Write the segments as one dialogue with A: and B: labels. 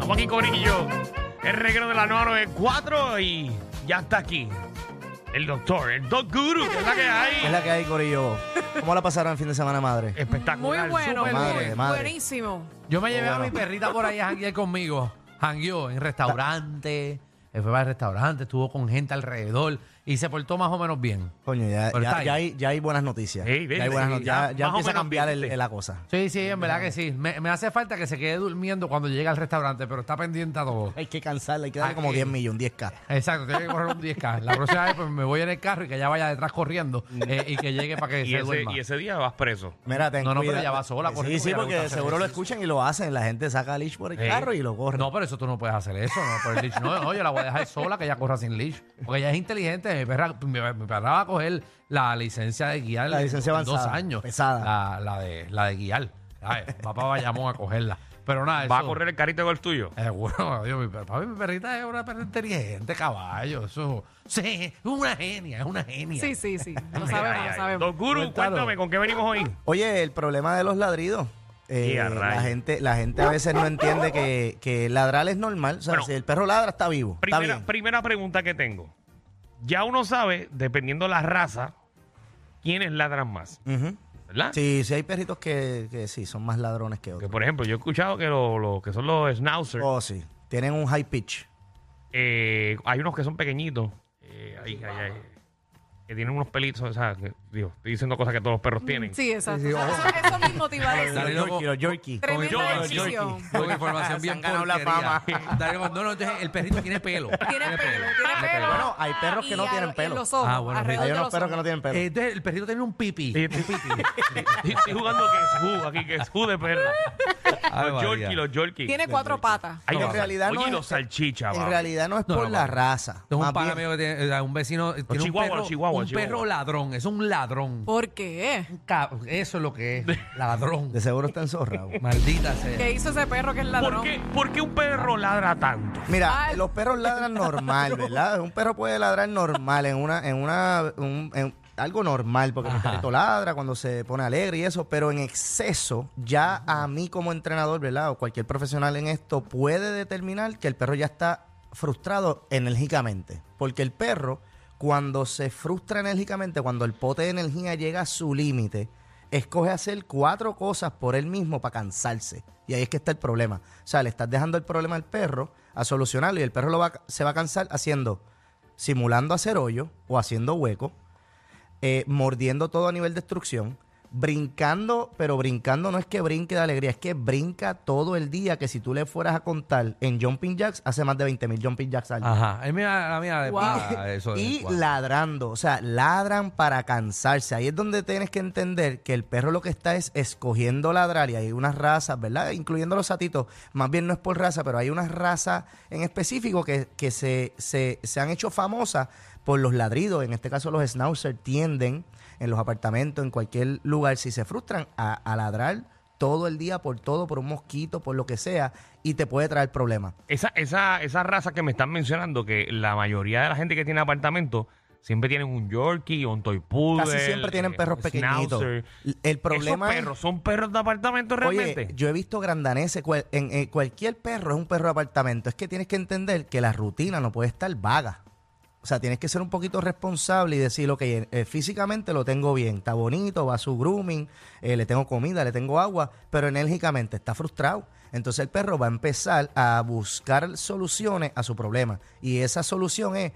A: Joaquín Corillo. El reguero de la 994 y ya está aquí. El doctor, el Doc Guru, que es la que
B: ¿Qué es
A: hay.
B: la que hay, Corillo? ¿Cómo la pasaron el fin de semana, madre?
A: Espectacular.
C: Muy bueno,
A: súper
C: muy
B: madre,
C: bu-
B: madre.
C: buenísimo.
D: Yo
A: Oh,
D: me llevé a
B: Bueno.
D: mi perrita por ahí a janguear conmigo. Jangueó en restaurante, eh, fue para el restaurante, estuvo con gente alrededor y se portó más o menos bien.
B: Coño, ya,
D: Pero
B: ya-
D: está ahí.
B: ya hay, ya hay buenas noticias.
A: Sí,
B: ya hay
A: viste,
B: buenas
A: sí,
B: noticias. Ya,
A: ya
B: ya
A: más o
B: empieza a
A: menos
B: cambiar el-
A: viste.
B: la cosa.
D: Sí, sí, en verdad que sí. Me, me hace falta que se quede durmiendo cuando llegue al restaurante, pero está pendiente a todo.
B: Hay que cansarla, hay que darle
D: Ah,
B: como
D: sí.
B: 10 millones, 10K.
D: Exacto, tiene que correr un 10K. La próxima vez pues, me voy en el carro y que ella vaya detrás corriendo eh, y que llegue para que
A: Y
D: se
A: ese,
D: duerma.
A: y ese día vas preso.
B: Mira, ten
D: No, no, pero
B: cuidado.
D: ella va sola, corriendo,
B: Sí, sí,
D: ella le
B: porque
D: gusta
B: de
D: hacer
B: seguro lo
D: ejercicio.
B: escuchan y lo hacen. La gente saca a Lich por el
A: Sí.
B: carro y lo corre.
D: No, pero eso tú no puedes hacer eso. No, por el leash no, no, yo la voy a dejar sola que ella corra sin leash. Porque ella es inteligente. Mi perra, mi, mi perra va a coger la licencia de guiar.
B: La licencia
D: en Dos
B: avanzada,
D: años.
B: pesada.
D: La, la de, la de guiar. Ay, va para Bayamón a cogerla. Pero nada,
A: Va a
D: eso-
A: correr el carrito con el tuyo.
D: eh, bueno, Dios, mi, per- papi, mi perrita es una perra inteligente, caballo. Eso. Sí, es una genia, es una genia.
C: Sí, sí, sí. Lo
A: Ay, ay,
C: sabemos, lo
A: ay.
C: sabemos.
A: Doc Guru,
D: Cuéntalo.
A: cuéntame, ¿con qué venimos hoy?
B: Oye, el problema de los ladridos. Eh,
A: Y a rayos.
B: la, gente, la gente a veces no entiende que, que ladrar es normal. O sea,
A: Bueno,
B: si el perro ladra, está vivo. Está
A: Primera,
B: bien.
A: primera pregunta que tengo. Ya uno sabe, dependiendo la raza, quiénes ladran más,
B: Ujú.
A: ¿verdad?
B: Sí, sí hay perritos que, que sí, son más ladrones que
A: Porque,
B: otros.
A: por ejemplo, yo he escuchado que lo- lo que son los schnauzers,
B: Oh, sí. Tienen un high pitch.
A: eh, hay unos que son pequeñitos, eh, ay, ay, ay, que tienen unos pelitos, o sea, que- digo, estoy diciendo cosas que todos los perros tienen.
C: Sí, exacto.
B: Sí, sí, ojo.
C: Eso, eso mismo te iba a
B: Los
C: decir.
D: Dale, loco.
B: Yorkie, los Yorkie.
C: Tremenda
A: Yo- yo-
C: decisión.
D: Con información
B: Se
D: bien
B: han ganado la
D: porquería.
B: fama.
D: Dale, no, no, entonces el perrito tiene pelo.
C: Tiene pelo, tiene pelo.
B: Bueno, hay perros que no
C: Y a-
B: tienen
C: en
B: pelo.
C: los ojos,
D: Ah, bueno,
C: alrededor
B: Hay
C: de
B: unos
C: los
B: perros que
C: ojos.
B: no tienen pelo.
D: Eh, Entonces el perrito tiene un pipí.
A: Sí, estoy, estoy jugando que es ju, aquí, que es ju de perra.
B: Ah,
D: Ay,
A: los
D: María.
A: yorkies, los yorkies.
C: Tiene cuatro patas.
A: Ay,
B: En
A: los-
B: realidad
A: oye, y
B: no es-
A: los salchichas,
B: En
A: va.
B: realidad no es
D: No,
B: por
D: no,
B: la
D: papi.
B: raza.
D: Es un
B: más
D: pana
B: bien.
D: mío que tiene, o sea, un vecino tiene un
A: chihuahuas,
D: perro,
A: los chihuahuas,
D: un
A: chihuahuas.
D: perro ladrón, es un ladrón.
C: ¿Por qué?
D: Un ca- Eso es lo que es, ladrón.
B: De seguro está enzorrado.
D: Maldita sea.
C: ¿Qué hizo ese perro que es
A: ¿Por
C: ladrón?
A: qué, por qué un perro ladra tanto?
B: Mira,
C: Ay.
B: los perros ladran normal, ¿verdad? Un perro puede ladrar normal en una, en una, un- en algo normal, porque el
D: Ajá.
B: perrito ladra cuando se pone alegre y eso, pero en exceso, ya a mí como entrenador, ¿verdad? O cualquier profesional en esto puede determinar que el perro ya está frustrado enérgicamente, porque el perro cuando se frustra enérgicamente, cuando el pote de energía llega a su límite, escoge hacer cuatro cosas por él mismo para cansarse. Y ahí es que está el problema. O sea, le estás dejando el problema al perro a solucionarlo y el perro lo va, se va a cansar haciendo, simulando hacer hoyo o haciendo hueco, eh, mordiendo todo a nivel destrucción, brincando, pero brincando no es que brinque de alegría, es que brinca todo el día que si tú le fueras a contar en jumping jacks, hace más de 20 mil jumping jacks al día
D: Ajá, es mía, la mía de
C: Wow.
D: pa- Ah, eso de
B: y
D: cuatro.
B: ladrando, o sea, ladran para cansarse. Ahí es donde tienes que entender que el perro lo que está es escogiendo ladrar y hay unas razas, ¿verdad? Incluyendo los satitos, más bien no es por raza, pero hay unas razas en específico que, que se, se, se han hecho famosas por los ladridos. En este caso los schnauzer tienden en los apartamentos, en cualquier lugar, si se frustran, a, a ladrar todo el día por todo, por un mosquito, por lo que sea, y te puede traer problemas.
A: Esa, esa, esa raza que me están mencionando, que la mayoría de la gente que tiene apartamento siempre tienen un Yorkie o un Toy Poodle.
B: Casi siempre tienen
A: eh,
B: perros
A: un
B: pequeñitos.
A: Schnauzer.
B: El problema
A: ¿Esos
B: es-
A: perros son perros de apartamento realmente?
B: Oye, yo he visto grandaneses. cual- en, en cualquier perro es un perro de apartamento. Es que tienes que entender que la rutina no puede estar vaga. O sea, tienes que ser un poquito responsable y decir, ok, eh, físicamente lo tengo bien, está bonito, va a su grooming, eh, le tengo comida, le tengo agua, pero enérgicamente está frustrado. Entonces el perro va a empezar a buscar soluciones a su problema. Y esa solución es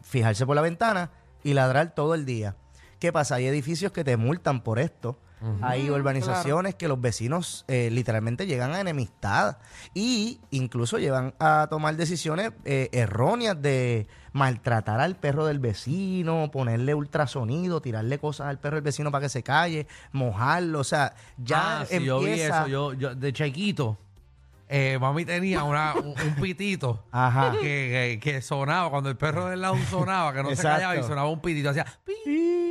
B: fijarse por la ventana y ladrar todo el día. ¿Qué pasa? Hay edificios que te multan por esto. Hay
C: Mm,
B: urbanizaciones que los vecinos eh, literalmente llegan a enemistad y incluso llevan a tomar decisiones eh, erróneas de maltratar al perro del vecino, ponerle ultrasonido, tirarle cosas al perro del vecino para que se calle, mojarlo, o sea, ya
D: Ah, sí,
B: empieza...
D: yo vi eso, yo, yo de chiquito, eh, mami tenía una, un, un pitito
B: Ajá.
D: que, que- que sonaba, cuando el perro del lado sonaba, que no
B: Exacto.
D: se callaba y sonaba un pitito, hacía... pi.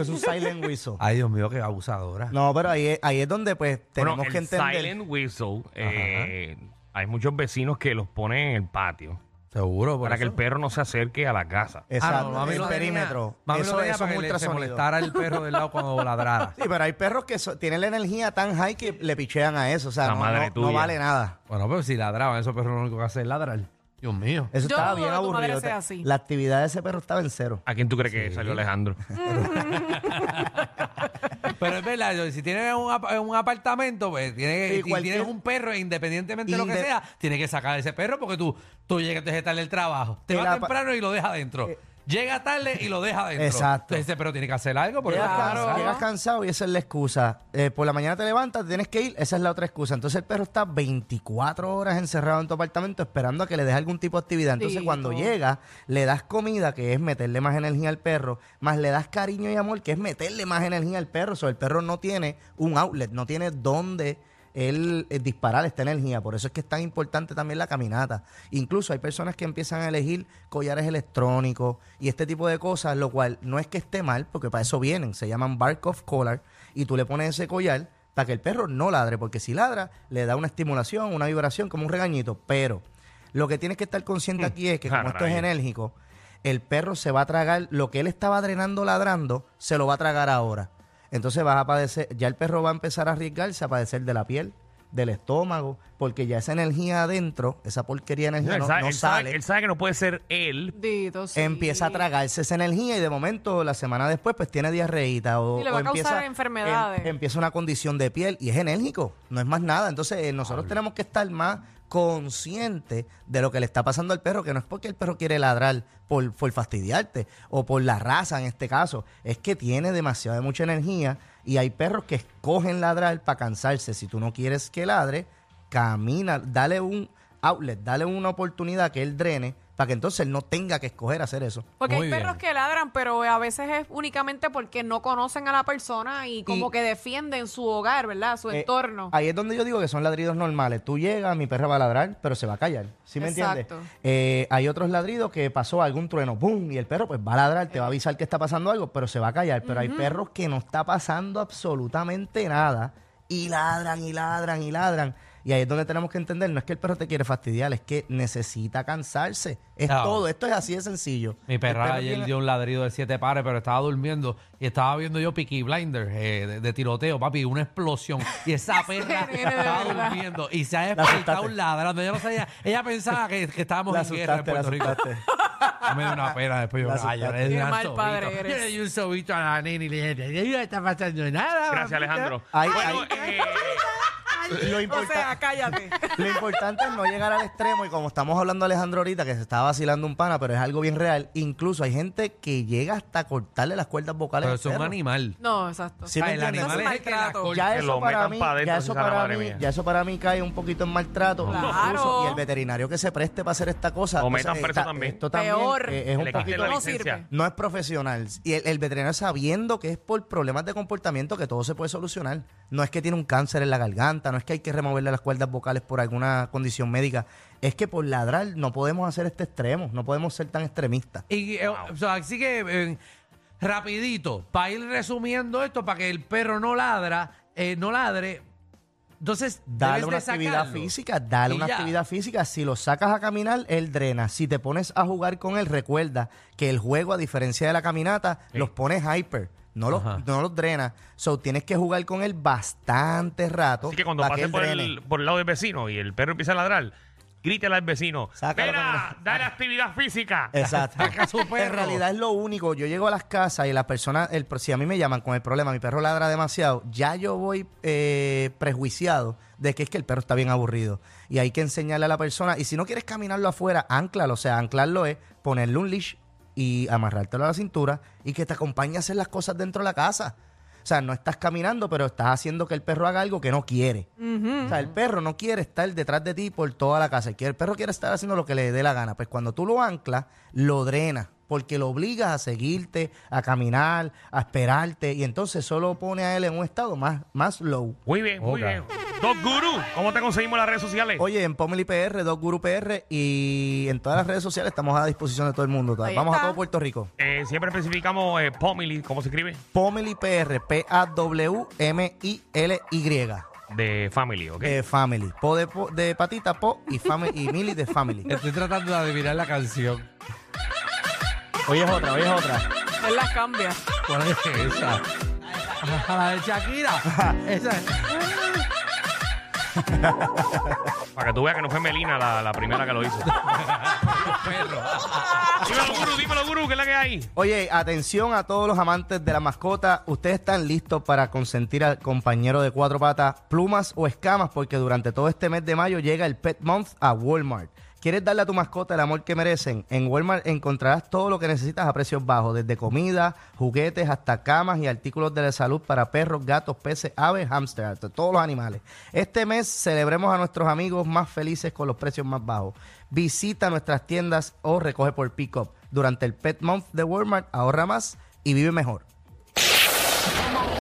B: es un silent whistle.
D: Ay, Dios mío, qué abusadora.
B: No, pero ahí es, ahí es donde pues tenemos
A: Bueno, el
B: que entender...
A: silent whistle, eh, hay muchos vecinos que los ponen en el patio.
D: Seguro, por
A: para que el
D: eso.
A: perro no se acerque a la casa.
D: Ah,
B: Exacto,
D: no, mami
B: el
D: lo tenía-
B: perímetro.
D: mami lo
B: eso
D: tenía
B: eso
D: para
B: es
D: que
B: un
D: le- se
B: ultrasonido.
D: molestara el perro del lado cuando ladrara.
B: Sí, pero hay perros que so- tienen la energía tan high que le pichean a eso. O sea,
A: La
B: no,
A: madre
B: no- no
A: tuya.
B: vale nada.
D: Bueno, pero si ladraban, esos perros lo único que hacen es ladrar. Dios mío.
B: Eso
C: Yo
B: estaba
C: no
B: bien
C: dudo que tu madre
B: aburrido.
C: sea
B: Te-
C: así.
B: La actividad de ese perro estaba en cero.
A: ¿A quién tú crees que salió Alejandro?
D: Pero es verdad, yo- si tienes un, ap- un apartamento, pues tienes,
B: Y
D: si
B: cualquier-
D: tienes un perro, independientemente de lo que
B: Inde-
D: sea, tienes que sacar a ese perro porque tú, tú llegas te tarde del trabajo. Te
B: El
D: vas
B: apa-
D: temprano y lo dejas adentro. Llega tarde y lo dejas adentro.
B: Eh, Exacto.
D: Entonces ese perro tiene que hacer algo porque
B: Llegas,
D: claro.
B: cansado, llegas cansado y esa es la excusa. Eh, por la mañana te levantas, te tienes que ir, esa es la otra excusa. Entonces el perro está 24 horas encerrado en tu apartamento esperando a que le des algún tipo de actividad. Entonces
C: Lindo.
B: cuando llega, le das comida, que es meterle más energía al perro, más le das cariño y amor, que es meterle más energía al perro. O sea, el perro no tiene un outlet, no tiene dónde él eh, disparar esta energía. Por eso es que es tan importante también la caminata. Incluso hay personas que empiezan a elegir collares electrónicos y este tipo de cosas, lo cual no es que esté mal, porque para eso vienen. Se llaman Barkov Collar y tú le pones ese collar para que el perro no ladre, porque si ladra le da una estimulación, una vibración, como un regañito. Pero lo que tienes que estar consciente aquí es que como esto es
A: Caray.
B: enérgico, el perro se va a tragar lo que él estaba drenando ladrando, se lo va a tragar ahora. Entonces vas a padecer, ya el perro va a empezar a arriesgarse a padecer de la piel, del estómago, porque ya esa energía adentro, esa porquería de energía
A: él,
B: no,
A: sabe,
B: no
A: él sabe-
B: sale.
A: él sabe que no puede ser él.
C: Dito, sí.
B: Empieza a tragarse esa energía y de momento, la semana después, pues tiene diarreíta o,
C: Y le va
B: o
C: a causar
B: empieza, em,
C: enfermedades.
B: empieza una condición de piel y es enérgico, no es más nada. Entonces, eh, nosotros tenemos que estar más conscientes de lo que le está pasando al perro, que no es porque el perro quiere ladrar por, por fastidiarte o por la raza en este caso, es que tiene demasiada mucha energía y hay perros que escogen ladrar para cansarse. Si tú no quieres que ladre, camina, dale un outlet, dale una oportunidad que él drene para que entonces él no tenga que escoger hacer eso.
C: Porque
D: Muy
C: hay perros
D: bien.
C: que ladran, pero a veces es únicamente porque no conocen a la persona y como
B: Y-
C: que defienden su hogar, ¿verdad? Su
B: Eh,
C: entorno.
B: Ahí es donde yo digo que son ladridos normales. Tú llegas, mi perra va a ladrar, pero se va a callar. ¿Sí me
C: Exacto.
B: entiendes? Eh, hay otros ladridos que pasó algún trueno, ¡pum! Y el perro pues va a ladrar, te va a avisar que está pasando algo, pero se va a callar. Pero hay perros que no está pasando absolutamente nada y ladran y ladran y ladran. Y ahí es donde tenemos que entender, no es que el perro te quiere fastidiar, es que necesita cansarse. Es
D: No.
B: todo, esto es así de sencillo.
D: Mi
B: perro
D: perra
C: Este
D: ayer
B: tiene-
D: dio un ladrido de siete pares, pero estaba durmiendo y estaba viendo yo Peaky Blinders eh, de, de tiroteo, papi, una explosión. Y esa perra
C: nene, de
D: estaba
C: verdad.
D: durmiendo y se ha
B: asustaste.
D: despertado ladrando. Yo no sabía, ella pensaba que, que estábamos
B: La
D: en guerra en
B: asustaste, la
D: Puerto Rico.
B: asustaste.
D: A mí me dio una pena después. Yo,
B: La
D: ay, yo
B: asustaste.
D: le di
C: Qué
D: un
C: mal
D: sobito.
C: padre eres.
D: Yo le di un sobito a la nena y le dije, "Ay, no está pasando nada.
A: Gracias,
D: mamita".
A: Alejandro.
B: Ahí-
A: bueno,
B: ahí-
A: eh,
B: Lo
C: o
B: importante-
C: sea, cállate.
B: Lo importante es no llegar al extremo y como estamos hablando Alejandro ahorita que se estaba vacilando un pana, pero es algo bien real. Incluso hay gente que llega hasta cortarle las cuerdas vocales.
D: Pero
B: al
D: es un
B: perro.
D: animal.
C: No, exacto.
B: Sí,
D: O sea,
B: me
D: el
B: entiendes.
D: animal es
C: Eso es
D: el que la
C: maltrato.
D: corta.
B: Ya
A: Que
B: eso
A: lo
B: para
A: metan
B: mí,
A: pa' adentro,
B: ya
A: si
B: eso
A: sabe la
B: para
A: madre
B: mí,
A: mía.
B: ya eso para mí cae un poquito en maltrato.
C: Claro.
B: Incluso- y el veterinario que se preste para hacer esta cosa.
A: O
B: entonces,
A: metan preso
B: está-
A: también.
B: Esto también
C: Peor.
B: eh, es
A: que
B: un
A: le
B: poquito
A: quiten la
C: No
A: licencia.
C: sirve.
B: no es profesional. Y el, el veterinario sabiendo que es por problemas de comportamiento que todo se puede solucionar. No es que tiene un cáncer en la garganta, no es que hay que removerle las cuerdas vocales por alguna condición médica. Es que por ladrar no podemos hacer este extremo, no podemos ser tan extremistas.
D: Y, eh, o sea, así que, eh, rapidito, para ir resumiendo esto, para que el perro no ladra, eh, no ladre, entonces
B: Dale
D: debes
B: una
D: de
B: actividad
D: sacarlo.
B: física, dale
D: Y
B: una
D: ya.
B: actividad física. Si lo sacas a caminar, él drena. Si te pones a jugar con él, recuerda que el juego, a diferencia de la caminata,
A: Sí.
B: los pones hyper. No los,
D: Ajá.
B: no los drena. So, tienes que jugar con él bastante rato.
A: así que cuando
B: pa'
A: pase
B: él
A: por
B: drene.
A: el, por el lado del vecino y el perro empieza a ladrar, grítale al vecino.
B: Sácalo, Eh,
A: ¡Mira!
B: cabrón.
A: ¡Dale actividad física!
B: Exacto.
D: Saca su
B: en
D: perro.
B: realidad es lo único. Yo llego a las casas y las personas, el, si a mí me llaman con el problema, mi perro ladra demasiado, ya yo voy eh, prejuiciado de que es que el perro está bien aburrido. Y hay que enseñarle a la persona. Y si no quieres caminarlo afuera, anclalo. O sea, anclarlo es ponerle un leash y amarrártelo a la cintura y que te acompañe a hacer las cosas dentro de la casa. O sea, no estás caminando, pero estás haciendo que el perro haga algo que no quiere. O sea, el perro no quiere estar detrás de ti por toda la casa. El que- El perro quiere estar haciendo lo que le dé la gana. Pues cuando tú lo anclas, lo drenas. Porque lo obligas a seguirte, a caminar, a esperarte. Y entonces solo pone a él en un estado más, más low.
A: Muy bien, muy
D: Ok.
A: bien. Doc Guru, ¿cómo te conseguimos en las redes sociales?
B: Oye, en Pomeli PR, Doc Guru PR y en todas las redes sociales estamos a disposición de todo el mundo.
C: Ahí
B: Vamos a
C: está.
B: todo Puerto Rico.
A: Eh, siempre especificamos eh, Pomili, ¿cómo se escribe?
B: Pomeli PR, P-A-W-M-I-L-Y.
A: de Family, ¿ok?
B: de Eh, Family. Po de, po- de patita, po y, fami- y Millie de Family.
D: Estoy tratando de adivinar la canción.
E: Hoy es otra, hoy es otra.
C: Él las cambia.
D: ¿Cuál es esa? Ah, la de Shakira. Esa es.
A: Para que tú veas que no fue Melina la, la primera que lo hizo.
D: Perro.
A: dímelo, Guru, dímelo, Guru, ¿qué es la que hay?
B: Oye, atención a todos los amantes de la mascota. Ustedes están listos para consentir al compañero de cuatro patas, plumas o escamas, porque durante todo este mes de mayo llega el Pet Month a Walmart. ¿Quieres darle a tu mascota el amor que merecen? En Walmart encontrarás todo lo que necesitas a precios bajos, desde comida, juguetes, hasta camas y artículos de la salud para perros, gatos, peces, aves, hámster, hasta todos los animales. Este mes celebremos a nuestros amigos más felices con los precios más bajos. Visita nuestras tiendas o recoge por pick-up. Durante el Pet Month de Walmart, ahorra más y vive mejor.